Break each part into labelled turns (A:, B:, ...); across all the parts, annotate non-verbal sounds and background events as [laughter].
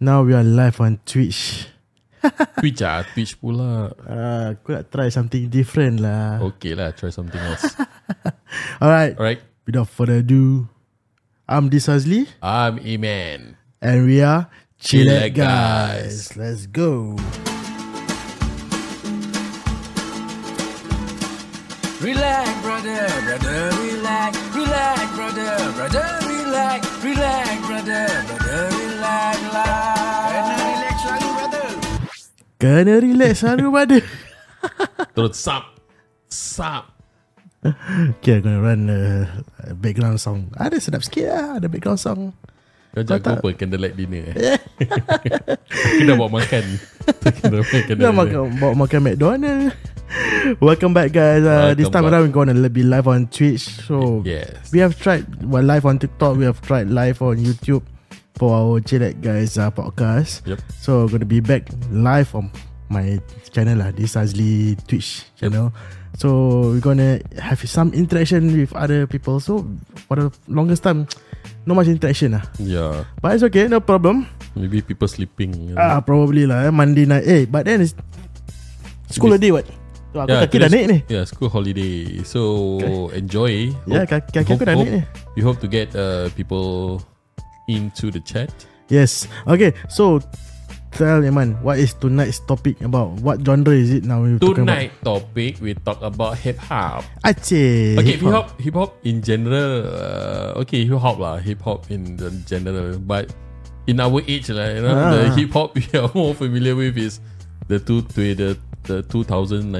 A: Now we are live on Twitch.
B: Twitch lah Twitch pula
A: Ah, aku nak try something different lah.
B: Okay lah Try something else
A: Alright,
B: Alright
A: without further ado, I'm Disazli
B: I'm Iman
A: and we are
B: Chill
A: Chile
B: Out
A: guys. Let's go.
C: Relax, brother, brother, relax. Relax, brother, brother, relax. Relax, brother, brother, relax lah. Kena relax selalu, brother.
A: Kena relax selalu pada.
B: Terus sub Sub
A: Okay, I'm gonna run a a background song. Ah, Ada sedap sikit lah, ada background song.
B: Kau jangan lupa Candlelight dinner eh Aku dah bawa makan Kena
A: Dah makan, bawa makan McDonald. [laughs] Welcome back guys. Uh, this time
B: Welcome back.
A: around we're gonna be live on Twitch. So
B: Yes
A: We have tried well, live on TikTok. We have tried live on YouTube for our Chillax Guys uh, podcast.
B: Yep.
A: So we're gonna be back live on my channel lah, this Azli Twitch channel. So we're gonna have some interaction with other people. So for the longest time, no much interaction uh. lah.
B: Yeah
A: But it's okay, no problem.
B: Ya, Maybe people sleeping
A: Ah, probably lah. Eh, Monday night. Eh, but then it's school holiday what? Tu aku kaki dah
B: today-
A: naik ni.
B: Yeah, Ya, school holiday. So enjoy.
A: Yeah, Ya, kaki- kaki aku dah naik ni.
B: We hope to get uh, people into the chat.
A: Yes. Okay. So tell Yaman, what is tonight's topic about? What genre is it now? we're talking
B: Tonight topic we talk about hip hop.
A: About? Aceh.
B: Okay, hip hop, hip hop in general. Uh, okay, hip hop lah, hip hop in the general. But in our age lah, you know,
A: Ah.
B: the hip hop [laughs] we are more familiar with is the two to the the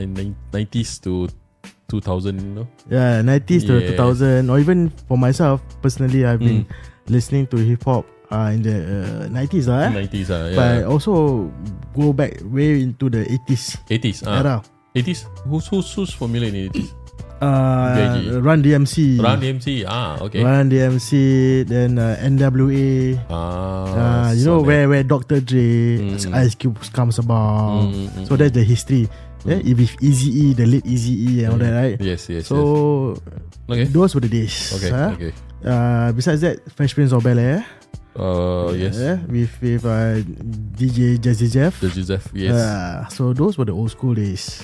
B: 2090s to 2000. You know?
A: Yeah, 90s to
B: Yeah.
A: 2000, or even for myself personally, I've been
B: Hmm.
A: listening to hip hop uh, in the uh, 90s, lah, eh?
B: 90s ah,
A: but I
B: yeah.
A: also go back way into the 80s
B: 80s ah.
A: era.
B: 80s who's who's who's familiar
A: [clears throat]
B: in 80s?
A: Uh,
B: BIG.
A: Run DMC,
B: Round DMC. Ah, okay.
A: Run DMC, then uh, NWA.
B: Ah,
A: Uh, you know
B: Sonic.
A: where where Dr. Dre,
B: Mm.
A: Ice Cube comes about. So that's the history. Yeah, if with Easy E, the late Easy E and all that, right?
B: Mm. Yes, yes.
A: So
B: yes. okay,
A: those were the days.
B: okay,
A: huh?
B: okay.
A: Uh, besides that, Fresh Prince of Bel Air.
B: Uh, yes.
A: Yeah, with with uh, DJ Jazzy Jeff.
B: The Joseph. Yes.
A: Uh, so those were the old school days.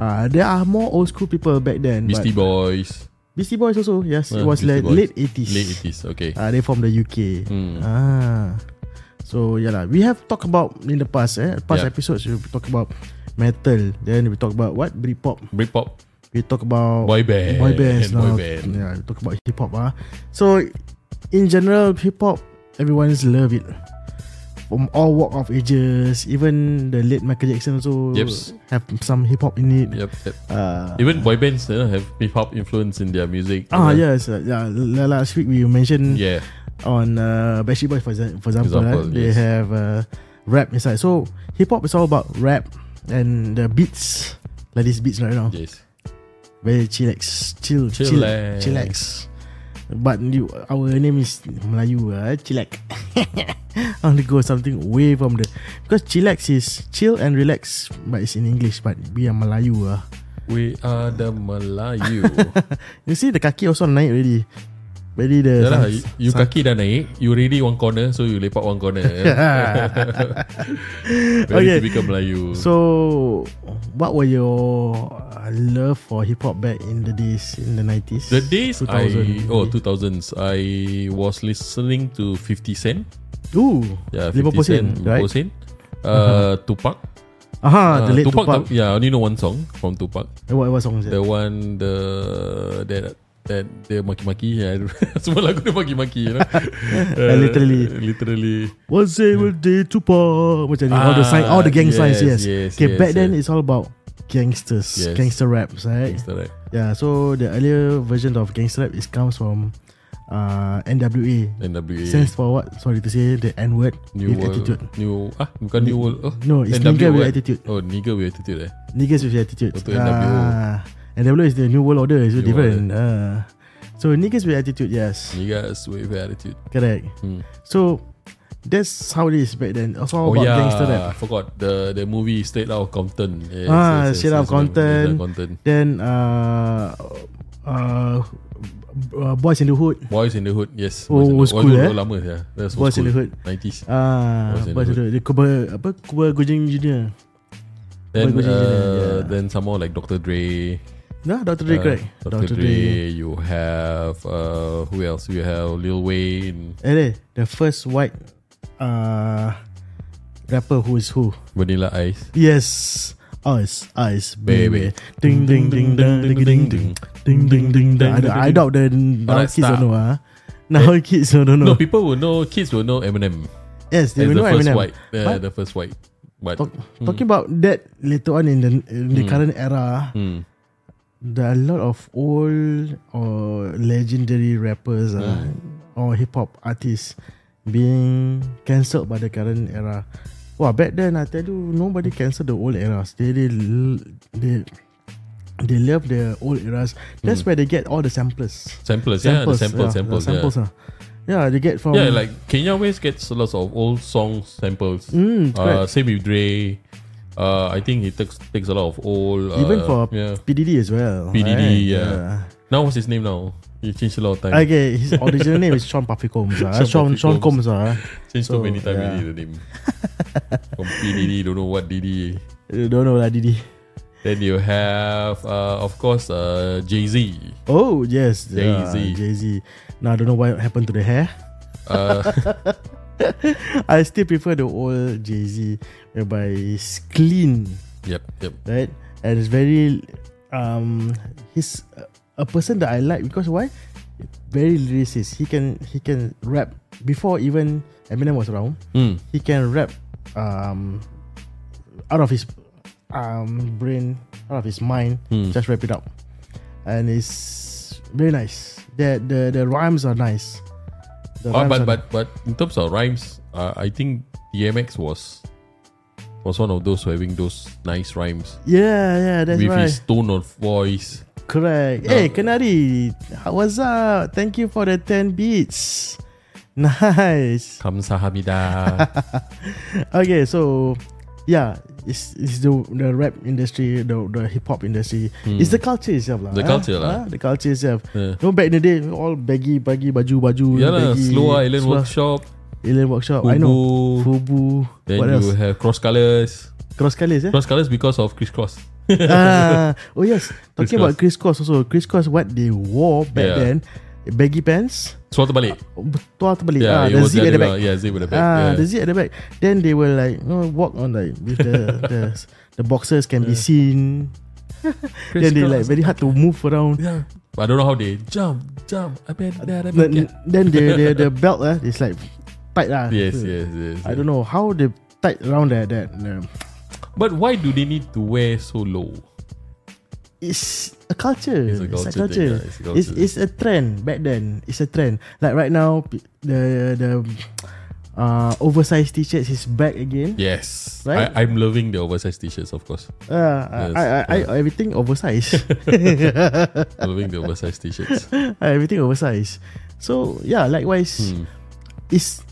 A: Uh, there are more old school people back then.
B: Beastie
A: but
B: Boys.
A: Beastie Boys also. Yes, it
B: Ah,
A: was
B: Beastie
A: like
B: Boys.
A: late eighties.
B: Late 80s. Okay.
A: Uh, they from the UK.
B: Hmm.
A: Ah. So yeah lah, we have talked about in the past eh, past
B: Yeah.
A: episodes we talk about metal, then we talk about what Britpop,
B: Britpop.
A: we talk about
B: Boy band.
A: boy bands,
B: Boy
A: now.
B: band.
A: yeah, we talk about hip hop ah. So in general, hip hop everyone's love it from all walk of ages, even the late Michael Jackson also
B: Yeps.
A: have some hip hop in it.
B: Yep, yep.
A: Uh,
B: Even boy bands you know, have hip hop influence in their music. you
A: ah
B: know.
A: yes, uh, yeah. la- Last week we mentioned
B: Yeah.
A: on uh, Backstreet Boys for, exa- for example,
B: Example,
A: right? they
B: yes.
A: have uh, rap inside. So hip hop is all about rap and the beats, like these beats right now,
B: Yes.
A: very chillax, chill, chill,
B: Chillax.
A: chillax. But you, our name is Melayu, uh, chillax. [laughs] I want to go something away from the because chillax is chill and relax, but it's in English. But we are Melayu. Uh.
B: We are the Melayu.
A: You see the kaki also naik already. Ready the
B: [laughs] Yalah,
A: sun-
B: you, you kaki dah naik, you ready one corner, so you lepak one
A: [laughs]
B: corner. Very
A: Okay.
B: typical Melayu.
A: So, what were your uh, love for hip hop back in the days in the nineties?
B: The days I oh 2000s I was listening to 50 Cent.
A: Ooh,
B: Yeah, 50
A: Liverpool
B: Cent,
A: Cent, right?
B: Liverpool Cent. Uh, Tupac.
A: Aha, Ah, the
B: Uh,
A: late
B: Tupac,
A: Tupac.
B: Tupac. Yeah, I only know one song from Tupac.
A: Eh, What, what song is
B: The
A: that?
B: one the that that dia maki-maki [laughs] yeah. Semua lagu dia maki-maki
A: [laughs]
B: you know? Uh,
A: Literally.
B: Literally
A: What's it with the Tupac? Macam ni, all the sign, all the gang
B: Ah,
A: signs. Yes,
B: yes, yes,
A: okay,
B: yes,
A: back then
B: yes.
A: it's all about gangsters,
B: Yes.
A: gangster raps, right?
B: Gangsta rap
A: Yeah. So the earlier version of gangster rap is comes from uh, NWA.
B: NWA
A: Stands for what? Sorry to say, the N word with
B: New World
A: attitude.
B: New Ah bukan New World oh,
A: No, it's
B: NWO,
A: nigga with
B: eh?
A: attitude.
B: Oh nigga with attitude eh
A: Niggas with attitude.
B: Untuk NWO.
A: Ah, NWO is the new world order. It's so
B: New
A: different. Ah. so niggas with attitude, yes,
B: Niggas with attitude
A: correct.
B: Hmm.
A: So that's how it is back then. It's all about gangster
B: I
A: rap.
B: Oh, forgot the the movie Straight Out Compton.
A: Ah,
B: Yes, yes, yes,
A: Straight
B: yes,
A: Outta Compton.
B: Straight Outta Compton.
A: Then uh, uh, uh, Boys in the Hood.
B: Boys in the Hood, yes.
A: Oh,
B: in the
A: old
B: Hood.
A: school,
B: Wah,
A: eh?
B: tu lama ya. That's
A: Boys in the Hood.
B: 90s.
A: Ah,
B: Boys in the
A: Boys in the Hood. The Kuba apa Kuba Gujing Junior.
B: Then,
A: Boys in the Hood,
B: uh,
A: yeah.
B: then some more like Dr. Dre.
A: Nah, Dr. Dre,
B: uh,
A: correct.
B: Dr. Dre. You have uh, who else? You have Lil Wayne,
A: Eh, there, the first white uh, rapper who is who?
B: Vanilla Ice.
A: Yes, Ice, Ice,
B: Baby.
A: baby. Ding ding ding ding ding ding ding ding ding ding ding. I, don't- I doubt the now
B: Alright,
A: kids
B: start. Eh?
A: don't know ah. Now kids don't know.
B: No, people will know. Kids will know Eminem.
A: yes, they
B: as
A: will
B: the
A: know
B: first
A: Eminem.
B: white. Hmm. Uh,
A: But-
B: the first white. But
A: Talk, Talking about that later on in the in the current era,
B: Hmm.
A: there are a lot of old or legendary rappers ah,
B: Hmm.
A: or hip hop artists being cancelled by the current era. Wow, back then I tell you, nobody cancelled the old eras. They they l- they they love the old eras. That's where they get all the samplers.
B: samplers, Hmm. yeah, the
A: Samples,
B: sample,
A: yeah, the
B: samples,
A: samples. ah.
B: yeah.
A: yeah, they get from
B: Yeah, like Kenya always gets lots of old song samples.
A: Mm,
B: uh,
A: correct.
B: same with Dre. Uh, I think he takes takes a lot of old. Uh,
A: even for
B: yeah.
A: PDD as well.
B: PDD,
A: right?
B: yeah. Now what's his name now? He changed a lot of times.
A: Okay, his original name is Sean Puffy Combs. ah.
B: [laughs] Sean
A: Sean, Sean
B: Puffy Combs.
A: Combs. ah.
B: Changed
A: So,
B: so many times
A: yeah.
B: already the name. From PDD, don't know what DD.
A: I Don't know lah, Didi.
B: Then you have, uh, of course, uh, Jay Z.
A: Oh, yes. yeah,
B: Jay-Z.
A: Jay-Z. Now, I don't know what happened to the hair.
B: Uh,
A: [laughs] I still prefer the old Jay-Z, whereby it's clean,
B: yep, yep.
A: right? And it's very... um, He's a- a person that I like because why? Very lyricist. He can he can rap before even Eminem was around.
B: Mm.
A: He can rap um, out of his um, brain, out of his mind.
B: Mm.
A: Just wrap it up, and it's very nice. The the the rhymes are nice. The
B: Uh,
A: rhymes are-
B: but but but in terms of rhymes, uh, I think DMX was was one of those who having those nice rhymes
A: yeah yeah that's
B: with
A: right.
B: his tone of voice.
A: Correct.
B: No.
A: Hey, Kenari, how was up? Thank you for the ten beats. [laughs] Nice. [laughs]
B: Kamsahamnida.
A: Okay, so yeah, it's it's the the rap industry, the the hip hop industry. It's the culture itself lah.
B: Hmm. The
A: eh?
B: culture lah.
A: Ah, The culture itself.
B: Yeah.
A: No, back in the day, all baggy, baggy, baju, baju.
B: yeah lah,
A: baggy,
B: slow island
A: slow-
B: workshop.
A: Alien workshop. I know.
B: Fubu.
A: Fubu.
B: Then
A: what else?
B: you have cross colors.
A: Cross colors, yeah.
B: Cross colors because of crisscross.
A: [laughs] ah, oh yes. Talking
B: Crisscross.
A: about crisscross also. Crisscross, what they wore back
B: Yeah.
A: then, baggy pants,
B: Suatu balik.
A: tua terbalik. ah,
B: Yeah,
A: the
B: it was
A: zip at the back.
B: Yeah, zip at the back.
A: Ah,
B: yeah.
A: the zip at the back. Then they were like, you know, walk on like with the
B: [laughs]
A: the the boxes can be seen. Then they like
B: Crisscross.
A: very hard to move around.
B: Yeah. But I don't know how they jump, jump. I bet that. I bet
A: Then,
B: that.
A: then the the
B: [laughs]
A: the belt ah, it's like tight lah.
B: Yes, yes, yes.
A: I don't know how they tight around that that. um,
B: But why do they need to wear so low?
A: it's a culture.
B: It's a culture thing, yeah,
A: It's a
B: it's a culture
A: It's, it's a trend back then. It's a trend. Like right now, p- the the um, uh, oversized t-shirts is back again.
B: Yes.
A: Right?
B: I, I'm loving the oversized t-shirts, of course.
A: Uh,
B: Yes,
A: I, I, I,
B: yeah.
A: I, everything oversized. [laughs]
B: loving the oversized t-shirts.
A: Uh, everything oversized. So yeah, likewise,
B: Hmm.
A: it's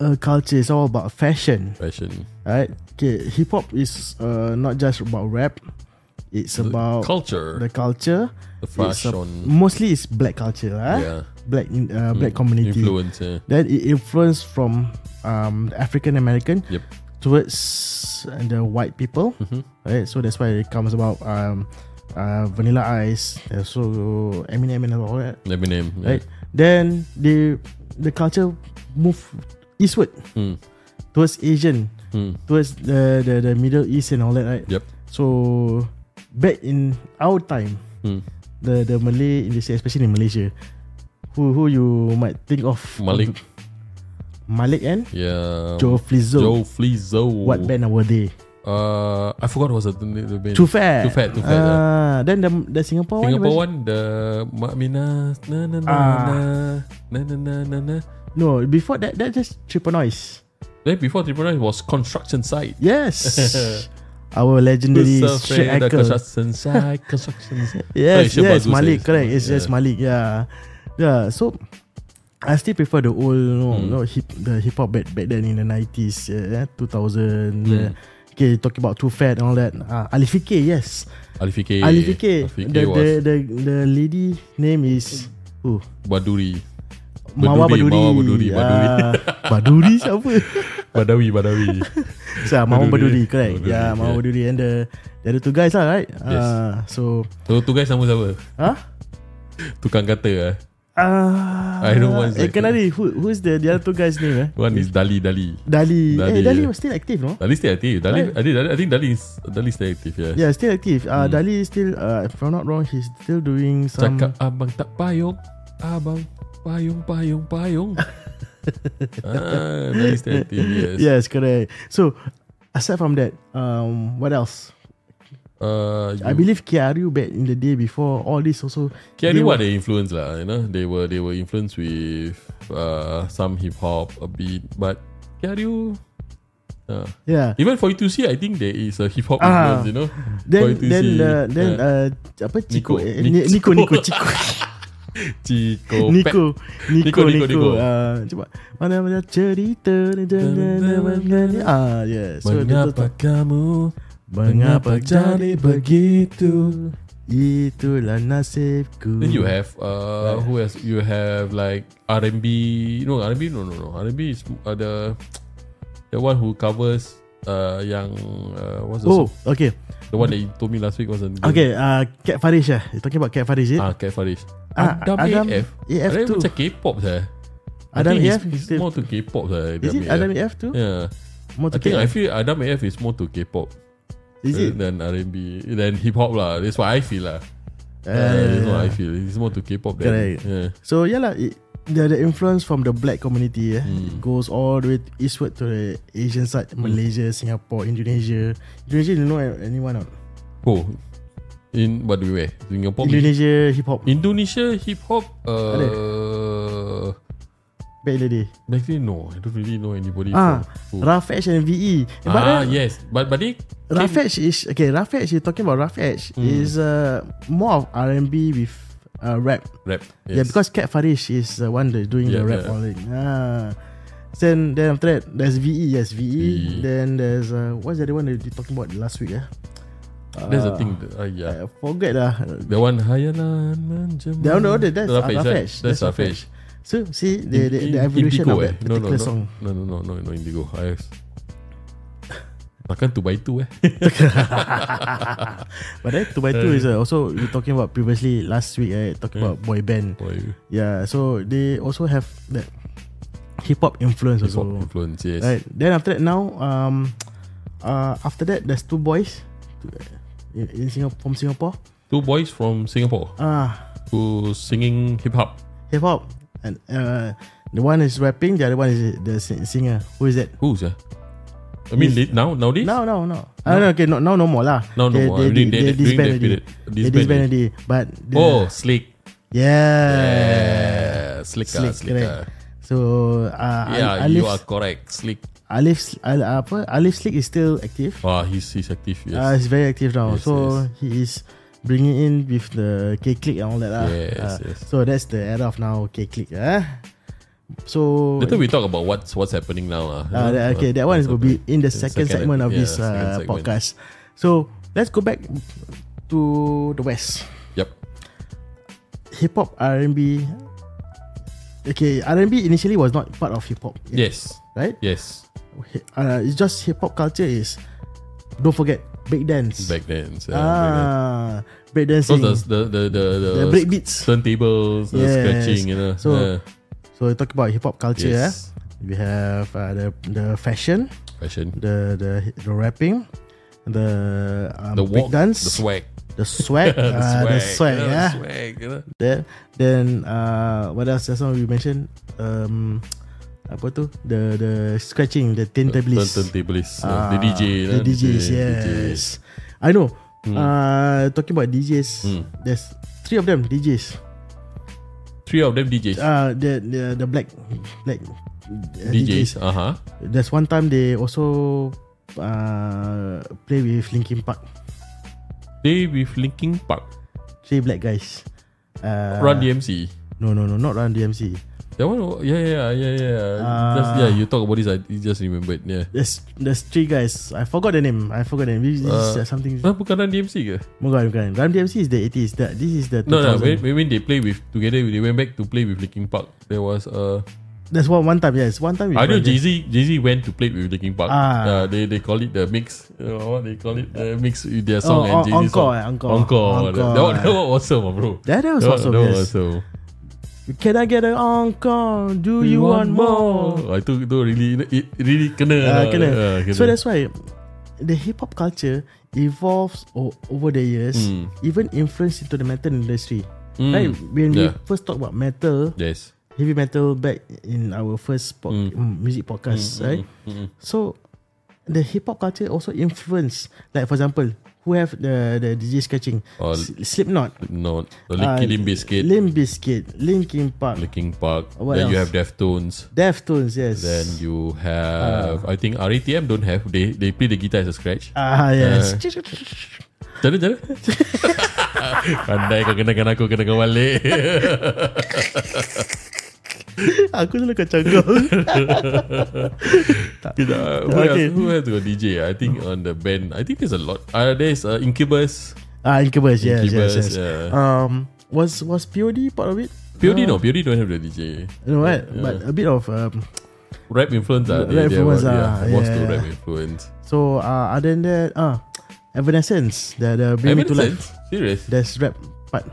A: a culture. It's all about fashion,
B: Fashion.
A: right? Okay, hip hop is uh, not just about rap. It's about
B: Culture.
A: the culture.
B: the
A: It's a-
B: fashion.
A: mostly it's black culture, ah,
B: yeah. Mm-hmm. Hmm.
A: black in- uh, black community.
B: Influence. yeah.
A: Then it influenced from um, the African American
B: Yep. Mm-hmm.
A: towards uh, the white people,
B: Hmm.
A: right? So that's why it comes about um, uh, Vanilla Ice, uh, so Eminem and all that,
B: Eminem. Yeah.
A: right? Then the the culture moved eastward
B: Mm.
A: towards Asian,
B: Mm.
A: towards the, the the Middle East and all that, right?
B: Yep.
A: So back in our time,
B: Mm.
A: the the Malay industry, especially in Malaysia, who who you might think of
B: Malik.
A: Malik and
B: Yeah.
A: Joe Flizzo.
B: Joe Flizzo.
A: What band were they?
B: Uh, I forgot what was the, the band.
A: Too Fat.
B: Too Fat, Too Fat,
A: Ah, then the the Singapore,
B: Singapore
A: one. was-
B: one, the Mak Mina, uh, na na na
A: Ah.
B: na na na na na.
A: No, before that that just Triple Noise.
B: Then before Triple Nine was construction site.
A: Yes.
B: [laughs]
A: Our legendary
B: Who's
A: Straight
B: afraid of
A: Ankle.
B: construction site, construction site.
A: Yes,
B: Malaysia
A: yes,
B: bagus,
A: Malik,
B: eh.
A: correct. It's
B: Yeah.
A: just Malik, yeah. Yeah, so I still prefer the old, you
B: Hmm.
A: know, you know, hip the hip hop back, back then in the nineties, yeah, two
B: Hmm.
A: thousand. Okay, talking about Too Fat and all that. Uh, Ali Fikir, yes,
B: Ali Fikir.
A: Ali Fikir.
B: Ali Fikir
A: The,
B: was
A: the the the lady name is Who?
B: Baduri.
A: Mawar Baduri
B: Baduri, Mawar Baduri, Baduri.
A: Ah, [laughs] Baduri siapa?
B: Badawi, Badawi.
A: so, Mawar
B: Baduri.
A: Baduri, correct
B: Baduri,
A: Yeah, Mawar
B: yeah.
A: Baduri And the The other two guys lah, right?
B: Yes.
A: Ah, So ah?
B: [laughs] so tu guys sama siapa?
A: Huh?
B: Tukang kata eh.
A: Ah,
B: I don't want
A: Eh,
B: that.
A: Kanari, who, who's the the other two guys name eh?
B: One is Dali, Dali.
A: Dali.
B: Dali,
A: Eh, Dali
B: yeah.
A: was still active, no?
B: Dali still active. Dali,
A: Right.
B: I think, Dali, I think Dali is Dali still active. Yeah.
A: Eh.
B: Hmm.
A: Yeah, still active. Uh, Dali is still, uh, if I'm not wrong, he's still doing some.
B: Cakap abang tak payung, abang payung payung payung. [laughs] ah, Dali still active. Yes.
A: Yes, correct. So, aside from that, um, what else?
B: Uh,
A: I believe Kiaru back in the day before all this also. they
B: Carry what
A: were-
B: they influence lah, you know. They were they were influenced with uh, some hip hop a bit, but Carry uh,
A: Yeah.
B: even for E2C, I think there is a hip hop
A: Ah.
B: influence, you know. for
A: Then
B: E2C,
A: then uh, then
B: yeah.
A: uh, apa Chico
B: Nico.
A: eh, Ni- Nico Nico
B: [laughs]
A: Chico
B: Chico,
A: [laughs] Nico Nico
B: Nico, Nico,
A: Nico
B: Nico.
A: Ah, cuba mana mana cerita ni, dan- dan- dan- dan- dan- ah yeah so dia tu-
B: mengapa kamu
A: Mengapa
B: mengapa jadi begitu?
A: itulah nasibku
B: Then you have uh, who else? You have like R&B. No R&B. No no no. R&B is uh, the the one who covers uh yang uh, what's the
A: oh okay
B: the one that you told me last week was the
A: okay uh, Cat Farish eh you talking about Cat Farish eh?
B: Ah, Cat Farish.
A: Ah,
B: Adam,
A: Adam
B: AF.
A: AF
B: Adam
A: too.
B: macam K-pop saya.
A: Adam
B: I think
A: AF is
B: It's, it's
A: still-
B: more to K-pop saya.
A: is it Adam AF too
B: Yeah.
A: more
B: I
A: to
B: think uh, I
A: Cat
B: feel Adam AF is more to K-pop
A: is it
B: than R&B than hip hop lah. That's what I feel lah.
A: Ah,
B: Uh,
A: yeah,
B: That's what
A: yeah.
B: I feel. It's more to K-pop than
A: Correct.
B: yeah.
A: So yeah lah, it- the the influence from the black community eh,
B: Hmm.
A: it goes all the way to- eastward to the Asian side, Malaysia, Singapore, Indonesia. Indonesia, you know a- anyone not?
B: Oh, in what do we wear? Singapore.
A: Indonesia hip hop
B: Indonesia hip hop.
A: Ada?
B: Uh,
A: back in the day.
B: actually no, I don't really know anybody.
A: Ah,
B: from, who-
A: Rafetch and VE. But
B: ah
A: then,
B: yes, but but they
A: Rafetch is okay. Rafetch, you're talking about Rafetch
B: Hmm.
A: is uh, more of R and B with uh, rap.
B: rap. Yes.
A: Yeah, because Cat Farish is the one that's doing the
B: Yeah,
A: rap
B: yeah.
A: all that. Ah. Then then after that there's VE, yes VE.
B: VE.
A: Then there's uh, what's the other one that you talking about last week? Yeah,
B: that's the thing. That, uh, yeah,
A: I forget ah. lah.
B: the one Hayalan menjemur.
A: No, no, that- that's
B: Rafesh,
A: Rafesh.
B: right?
A: That's
B: That's Rafesh.
A: So see the the,
B: In-
A: the
B: in-
A: evolution
B: Indigo,
A: of that
B: eh? no,
A: particular
B: no, no, [laughs]
A: song.
B: No, no, no, no, no, Indigo. I [laughs] was- Takkan tu by tu eh.
A: [laughs] But then two by two is uh, also we talking about previously last week. Eh, talking
B: Hmm.
A: about boy band.
B: Boy,
A: Yeah, so they also have that hip hop influence
B: hip hop
A: also.
B: influence. Yes.
A: Oh. Right. Then after that now um uh after that there's two boys in, in Singapore from Singapore.
B: Two boys from Singapore
A: Ah,
B: who singing hip hop.
A: hip hop and uh the one is rapping, the other one is the sing- singer. Who is that?
B: Who's that? I mean, late now, nowadays.
A: No, no, no. Ah, no. okay, no, now no more lah.
B: Now no
A: they,
B: more.
A: They,
B: I mean,
A: they, they
B: they- they- during
A: disband
B: that
A: already.
B: period,
A: They
B: disband
A: disband already. But the,
B: Oh, Slick.
A: yeah,
B: Yeah, Slick. ah,
A: slick,
B: Slick. ah.
A: correct. So uh,
B: Yeah,
A: Al- Alif,
B: you are correct. Slick.
A: Alif, Al, apa? Alif Slick is still active.
B: Ah, he's he's active. Yes.
A: Uh, he's very active now.
B: Yes,
A: so
B: yes.
A: he is bringing in with the K click and all that. lah.
B: Yes,
A: Uh,
B: yes.
A: So that's the era of now K click. Uh. So
B: Later we talk about what's what's happening now. ah.
A: uh, that- okay, that one is will be in the second,
B: second,
A: segment of
B: yeah,
A: this
B: second
A: uh,
B: segment.
A: podcast. So let's go back to the West.
B: Yep.
A: Hip hop R and B. Okay, R and B initially was not part of hip hop.
B: Yes.
A: Right.
B: Yes.
A: Uh, it's just hip hop culture is. Don't forget break dance.
B: Back then. so, back then.
A: ah, break
B: So
A: dancing.
B: the the the the, the,
A: the break beats.
B: turntables, the
A: Yes.
B: scratching, you know.
A: So,
B: uh,
A: So we talk about hip hop culture. eh.
B: yes.
A: We have uh, the the fashion,
B: Fashion.
A: the the the rapping, the um,
B: The
A: break
B: walk,
A: dance,
B: the swag,
A: the
B: [laughs]
A: swag,
B: the
A: uh,
B: swag,
A: the swag,
B: you know,
A: yeah.
B: the swag, you know.
A: Then then uh, what else? Just now we mentioned um, apa tu? The the scratching, the turntables,
B: Turntables,
A: Ah,
B: uh, the DJ, you
A: the
B: know,
A: DJs, yes. I know. Uh, talking about DJs,
B: Hmm.
A: there's three of them DJs.
B: Three of them DJs,
A: Uh, the the the black black uh,
B: DJs, uh huh.
A: There's one time they also uh, play with Linkin Park.
B: They with Linkin Park,
A: Three black guys. Uh,
B: Run DMC,
A: No, no, no, not Run DMC.
B: That one, oh, yeah, yeah, yeah, yeah. yeah.
A: Ah.
B: just, yeah, you talk about this, I you just remembered. Yeah.
A: There's there's three guys. I forgot the name. I forgot the name. This is
B: Uh,
A: something.
B: Nah, bukan Run DMC ke?
A: Bukan, bukan. Ram DMC is the 80s. That this is the 2000.
B: No, no. When, when when they play with together, they went back to play with Linkin Park. There was uh,
A: There's one one time. Yes, one time. we
B: I know
A: tried
B: Jay
A: this.
B: Z Jay Z went to play with Linkin Park.
A: Ah.
B: Uh, they they call it the mix. You know, what they call it the mix with their
A: Oh,
B: song
A: en-
B: and Jay Z
A: encore,
B: song.
A: eh, encore,
B: encore.
A: encore,
B: That, one,
A: eh.
B: that one awesome, ah, bro.
A: That, that was
B: That one-
A: awesome.
B: that one
A: yes.
B: awesome.
A: Can I get an encore? Do you,
B: You
A: want, more?
B: Ah, itu tu really it really kena.
A: Ah,
B: [laughs] lah.
A: kena.
B: Ah, kena.
A: So that's why the hip hop culture evolves o- over the years,
B: Mm.
A: even influence into the metal industry.
B: Mm.
A: Right? When
B: Yeah.
A: we first talk about metal,
B: yes.
A: heavy metal back in our first po-
B: Hmm.
A: mm, music podcast, right? So the hip hop culture also influence, like for example, who have the the DJ sketching,
B: Oh,
A: S- Slipknot,
B: No, the
A: Ah,
B: Linkin Limp Bizkit,
A: Limp Bizkit, Linkin Park,
B: Linkin Park.
A: What
B: then you
A: else?
B: have Deftones.
A: Deftones, yes.
B: Then you have I think RATM don't have. They they play the guitar as a scratch.
A: ah yes.
B: Uh, Cara cara [laughs] Pandai kau kenakan aku Kena kau balik
A: Aku selalu kacau kau.
B: [laughs] Kita, uh, Who
A: Okay.
B: else Who else got DJ I think on the band I think there's a lot uh, There's uh, Incubus
A: Ah, Incubus, yes,
B: Incubus,
A: yes, yes.
B: yeah.
A: Um, was was POD part of it?
B: POD no POD don't have the DJ
A: You know what? But a bit of um,
B: Rap influence ah,
A: Rap influence
B: were-
A: ah,
B: What's the
A: yeah.
B: rap influence
A: so uh, other than that, ah, Evanescence, the the bring me to
B: Evanescence?
A: life.
B: Serious
A: There's rap, but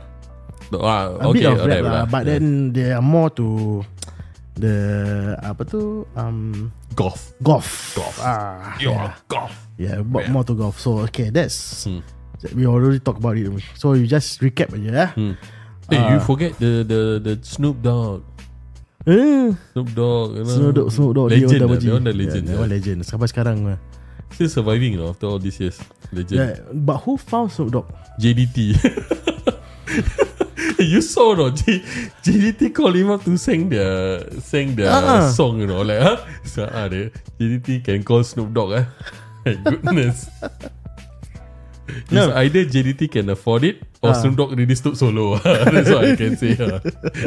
B: no, ah,
A: a
B: Okay
A: bit of rap
B: alright
A: lah.
B: lah.
A: But
B: Yeah.
A: then they are more to the apa tu um
B: Goth
A: golf.
B: Golf.
A: Ah,
B: You're
A: yeah,
B: goth
A: yeah, but more to golf. So okay, that's
B: Hmm.
A: we already talked about it. So you just recap eh? aja, yeah.
B: Hmm. Hey
A: uh,
B: you forget the the the Snoop Dogg
A: Hmm.
B: Snoop Dogg you know.
A: Snoop Dogg, Snoop Dogg,
B: Legend
A: DOWG.
B: lah That one dah legend
A: Yeah, that one
B: lah.
A: legend. Sampai sekarang lah.
B: Still surviving lah After all these years Legend
A: Yeah, but who found Snoop Dogg?
B: JDT. [laughs] you saw no J- JDT called him up to sing the sing the
A: Uh-uh.
B: song, you know, like huh? So, ah, the JDT can call Snoop Dogg, eh? [laughs] My goodness.
A: No.
B: It's either JDT can afford it
A: Ah.
B: or Snoop Dogg really stood solo. [laughs] That's what I can say. ah.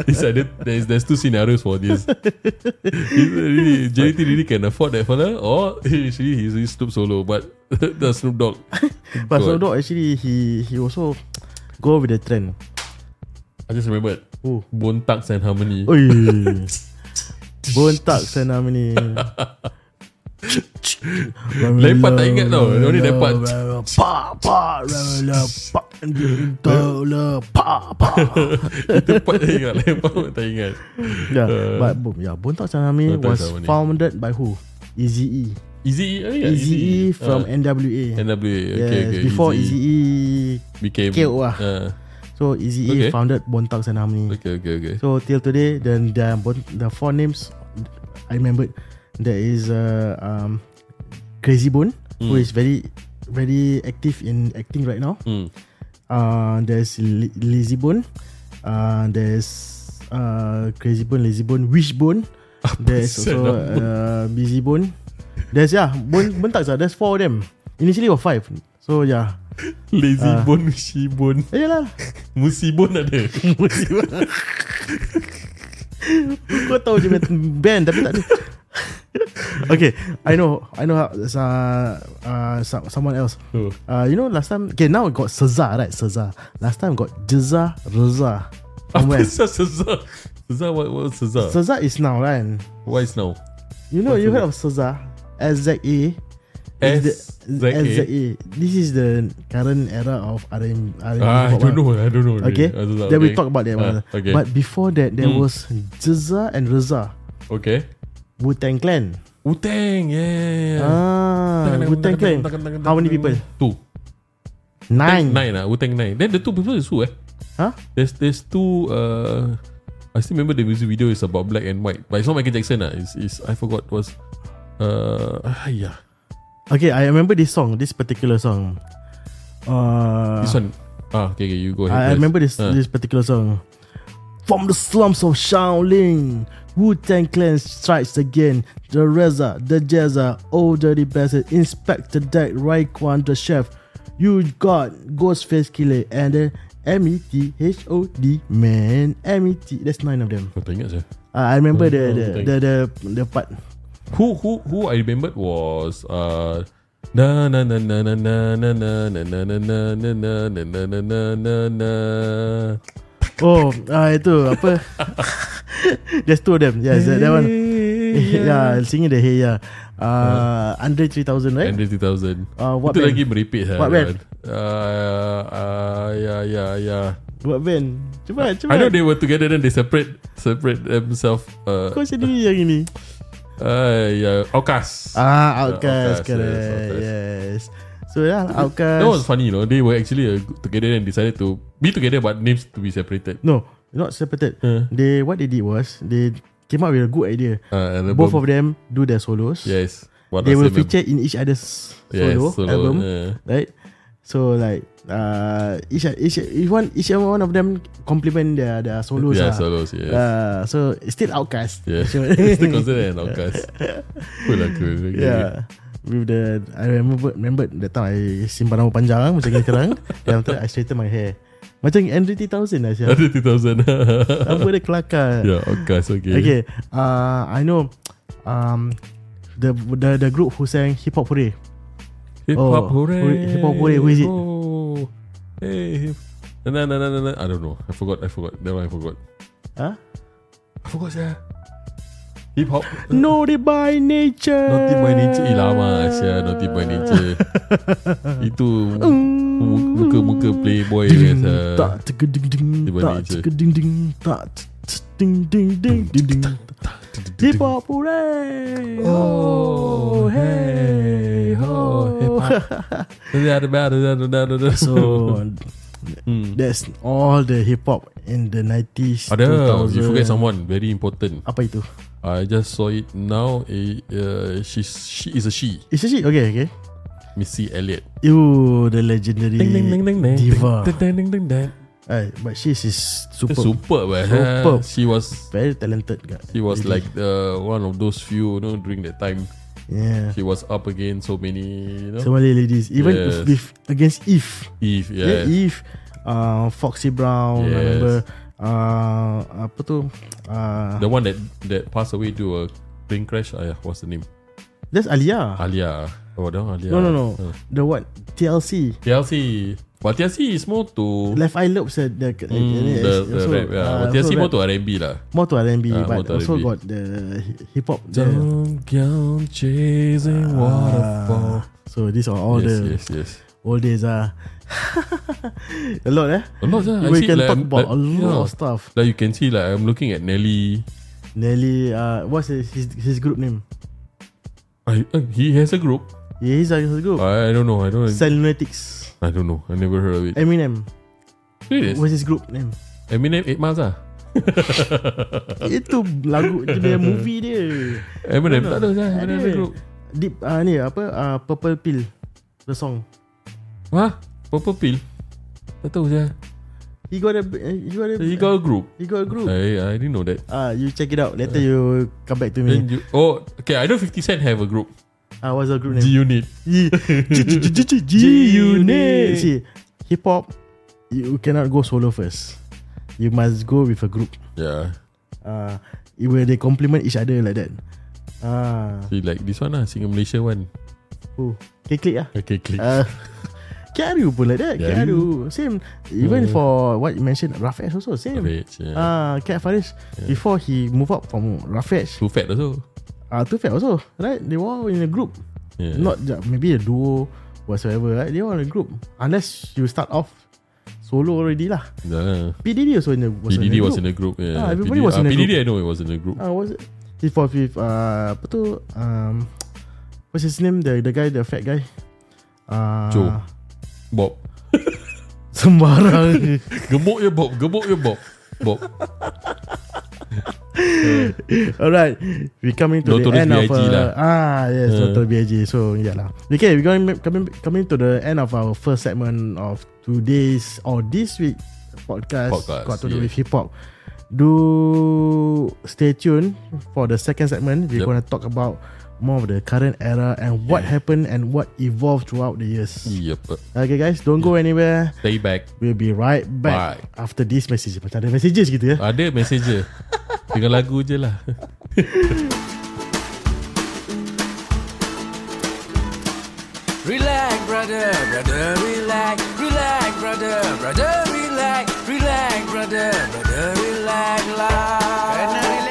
B: It's either there's there's two scenarios for this. It's really, JDT really can afford that fella, or actually he's he stood solo, but [laughs] the Snoop Dogg.
A: But
B: Good.
A: Snoop Dogg actually he he also go with the trend.
B: I just remembered.
A: Who? Oh.
B: Bontax and Harmony. [laughs]
A: Oi. Bontak saya nama ni.
B: Lepak tak ingat tau. Dia ni
A: [laughs]
B: lepak.
A: Pa pa lepak lepak pa.
B: Itu part tak ingat. Lain part pun tak ingat. [laughs]
A: Yeah, but boom, yeah, Bontak saya nama ni
B: Bontak
A: was
B: Sanami.
A: founded by who? Eazy-E.
B: Easy E. Oh, yeah,
A: Eazy-E from
B: Ah,
A: NWA.
B: NWA.
A: Yes,
B: okay, okay.
A: before
B: Eazy-E
A: Eazy-E
B: became
A: KO lah.
B: Ah,
A: So Eazy-E
B: Okay.
A: founded Bontak saya nama ni.
B: okay, okay, okay.
A: So till today, then the the four names I remembered. There is uh, um, Crazy Bone, who is very very active in acting right now.
B: Hmm.
A: Uh, there's Li- Lazy Bone. Uh, there's uh, Crazy Bone, Lazy Bone, Wishbone. There's also
B: pasal nama?
A: uh, Busy Bone. There's yeah, bone bentak sah. There's four of them. Initially were five. So yeah,
B: Lazy
A: Ah.
B: bone, she bone,
A: eh lah.
B: musi bone ada.
A: Kau tahu je band- band Tapi tak ada Okay I know I know uh, uh, some- Someone else
B: Who?
A: uh, You know last time Okay now got Seza right Seza Last time got Jeza Reza From
B: Apa
A: where
B: sah Sezar? Sezar, what, what Sezar?
A: Seza is now right
B: What is now?
A: You know you heard of Seza S-Z-A Is the-
B: S-Z-A.
A: S-Z-A This is the current era of RM, RM
B: Ah, I don't know. I don't know.
A: Okay
B: I don't know,
A: Then we
B: okay.
A: talk about that
B: Ah,
A: one.
B: Okay. Hmm.
A: But before that There was Jeza and Reza
B: okay.
A: Wu-Tang Clan
B: Wu-Tang, yeah, yeah, yeah.
A: Ah, Wu-Tang Clan. How many people?
B: Two.
A: Nine.
B: Nine lah Wu-Tang nine Then the two people is who eh
A: Huh?
B: There's there's two uh, I still remember the music video is about black and white But it's not Michael Jackson lah It's, it's I forgot was uh, ah, yeah.
A: Okay, I remember this song, this particular song. Uh,
B: This one ah, okay, okay you go ahead
A: I, I
B: first.
A: remember this
B: Ah.
A: this particular song. From the slums of Shaolin, Wu Tang Clan strikes again. The Reza, the Jezza, Old Dirty Bastard, Inspector Deck, Raikwan, the Chef. You got Ghostface Killer, and then M E T H O D man. M E T. There's nine of them.
B: Kau tak ingat je
A: Uh, I remember the
B: Hmm,
A: the,
B: thank-
A: the the the part.
B: Who who who I remembered was uh na na na na na na na na na na na na na na na na na na na na
A: Oh, [laughs] uh, itu apa? [laughs] There's two of them. Yes, that, that one. [laughs] yeah, singing the hey yeah. Uh, Andre 3000 right?
B: Andre 2000
A: Uh, what
B: Itu
A: band?
B: lagi meripik lah
A: What band?
B: that one. Uh, uh, yeah, yeah, yeah.
A: What band? Cepat, cepat.
B: Ah, I know they were together Then they separate Separate themselves uh,
A: Kau sendiri yang ini.
B: uh, yeah, Outcast
A: Ah,
B: Outcast,
A: Outcast,
B: yes,
A: correct.
B: Outcast.
A: Yes. So
B: [laughs]
A: yeah, Outcast.
B: That was funny, you know. They were actually uh, together and decided to be together, but names to be separated.
A: No, not separated.
B: Uh,
A: They what they did was they came up with a good idea.
B: uh, album.
A: Both of them do their solos.
B: Yes. What
A: They
B: does
A: will
B: it mean?
A: feature in each other's
B: Yes,
A: solo, album,
B: uh,
A: right? So like uh, each each each one each one of them complement their their solos.
B: yeah,
A: ah.
B: solos. Yes.
A: Uh, so it's still outcast. [laughs]
B: yeah.
A: Sure.
B: it's [laughs] still considered an
A: [laughs]
B: outcast. cool lah, cool. Okay.
A: Yeah. With the I remember remember that time I simpan rambut panjang macam ni
B: [laughs]
A: sekarang dan after that I straighten my hair. Macam Andre 3000 lah
B: [laughs]
A: siapa.
B: Under 2000.
A: Rambut dia kelakar.
B: yeah, outcast. Okay.
A: Okay. Uh, I know um the the the group who sang Hip Hop Hooray.
B: Hip
A: Oh,
B: hop, hooray.
A: hooray- hip hop, hooray. Who is it?
B: Oh. Hey, hip. Na, na, na, na, na. I don't know. I forgot. I forgot. That one I forgot.
A: Huh?
B: I forgot, yeah. Hip hop.
A: No, they by nature.
B: Naughty by nature Eh lama Asia Naughty by nature Itu mu- Muka-muka playboy biasa
A: Mm. Tak tekeding ding
B: uh, By
A: tak
B: Nature.
A: tekeding ding tak t- t- ding ding ding ding ding. Hip Hop Hooray.
B: Oh hey ho hip hop
A: oh, So
B: [laughs] hmm.
A: that's all the hip hop in the 90s.
B: Ada
A: 2000.
B: You forget someone Very important
A: Apa itu?
B: I just saw it now eh, uh, She's She is a she
A: Is it? Okay, okay.
B: Missy Elliott
A: You the legendary diva.
B: ding, ding, ding, ding, ding.
A: Eh, but she is super,
B: Superb eh.
A: Superb.
B: She was
A: very talented. guy.
B: She was
A: Really.
B: like uh, one of those few, you know, during that time.
A: yeah.
B: She was up against so many, you know,
A: Somali ladies, even if,
B: Yes.
A: if against Eve,
B: Eve,
A: yeah,
B: yeah.
A: Eve, uh, Foxy Brown,
B: Yes.
A: I remember, uh, apa tu, uh,
B: The one that that passed away to a plane crash. Uh, what's the name?
A: that's Alia.
B: Alia. Oh, that one, Alia.
A: no, no, no,
B: Uh,
A: the what TLC,
B: Hmm? TLC. But TLC is more to
A: Left Eye Lobes, uh, the, mm,
B: mm, the, the rap. Yeah.
A: uh,
B: But TLC more to R&B lah.
A: more to R&B,
B: Ah, more
A: but
B: to
A: also
B: R&B.
A: got the hip hop. there.
B: Don't count chasing
A: Ah,
B: waterfall.
A: so these are all
B: yes,
A: the
B: yes, yes.
A: old days. Ah, [laughs] a lot, eh?
B: A lot, yeah.
A: we
B: Actually,
A: can
B: like,
A: talk about a
B: like,
A: lot of
B: yeah.
A: stuff.
B: Like you can see, like I'm looking at Nelly.
A: Nelly, uh, what's his, his his group name?
B: I, uh, he has a group.
A: Yeah, he's a his group.
B: I, I don't know. Uh, I don't.
A: Cell Lunatics.
B: I don't know. I never heard of it.
A: Eminem.
B: Serious?
A: What's his group
B: [laughs]
A: name?
B: Eminem 8 Miles ah. lah
A: Itu lagu dia punya movie dia.
B: Eminem
A: No, no.
B: tak ada lah Eminem
A: Ada.
B: ada group
A: Deep uh, ni apa uh, Purple Pill the song.
B: Ha? Purple Pill Tak tahu je
A: He got a he got a
B: He got a group
A: he got a group.
B: I, I didn't know that
A: Ah, uh, you check it out. Later you come back to
B: Then
A: me.
B: you, Oh Okay I know 50 Cent have a group
A: Ah, uh, what's the group name?
B: G-Unit
A: G G
B: G-Unit.
A: See, hip hop you cannot go solo first. You must go with a group.
B: Yeah
A: Ah, uh, where they complement each other like that. Ah,
B: See like this one lah Singer Malaysia one
A: uh, oh, okay, click ah. [laughs]
B: Okay click
A: Uh, Kiaru pun like that
B: Kiaru.
A: Kiaru Same Even
B: Yeah.
A: for What you mentioned Rafesh also Same
B: Rich yeah.
A: Ah, uh, Kat Faris Before he move up From Rafesh
B: Too fat also
A: Ah, uh, Tufek also Right They were all in a group
B: yeah.
A: Not ju- Maybe a duo Whatsoever right They were all in a group Unless you start off Solo already lah
B: yeah.
A: PDD also in a was
B: PDD was in
A: a
B: a group yeah.
A: Ah, everybody was
B: Ah,
A: in a
B: PDD I know it was in a group
A: Ah, uh, was it He for with uh, Apa tu um, What's his name The the guy The fat guy uh,
B: Joe. Bob
A: [laughs] Sembarang
B: Gemuk je Bob Gemuk je Bob Bob
A: Alright, we coming to the
B: Notorious
A: end of
B: B.I.G
A: uh,
B: lah.
A: ah yes,
B: Uh.
A: Dr. BIG. So yeah lah. Okay, we going coming coming to the end of our first segment of today's or this week podcast,
B: Podcast,
A: got to do
B: yeah.
A: with hip hop. Do stay tuned for the second segment. We're
B: Yep.
A: gonna talk about more of the current era and what happened and what evolved throughout the years.
B: Yep.
A: Okay guys, don't go anywhere.
B: Stay back.
A: We'll be right back
B: Bye.
A: after this message. Macam ada messages gitu ya.
B: Ada message je. Dengan lagu je lah.
C: Relax, brother, brother, relax. Relax, brother, brother, relax. Relax, brother, brother, relax. Lah.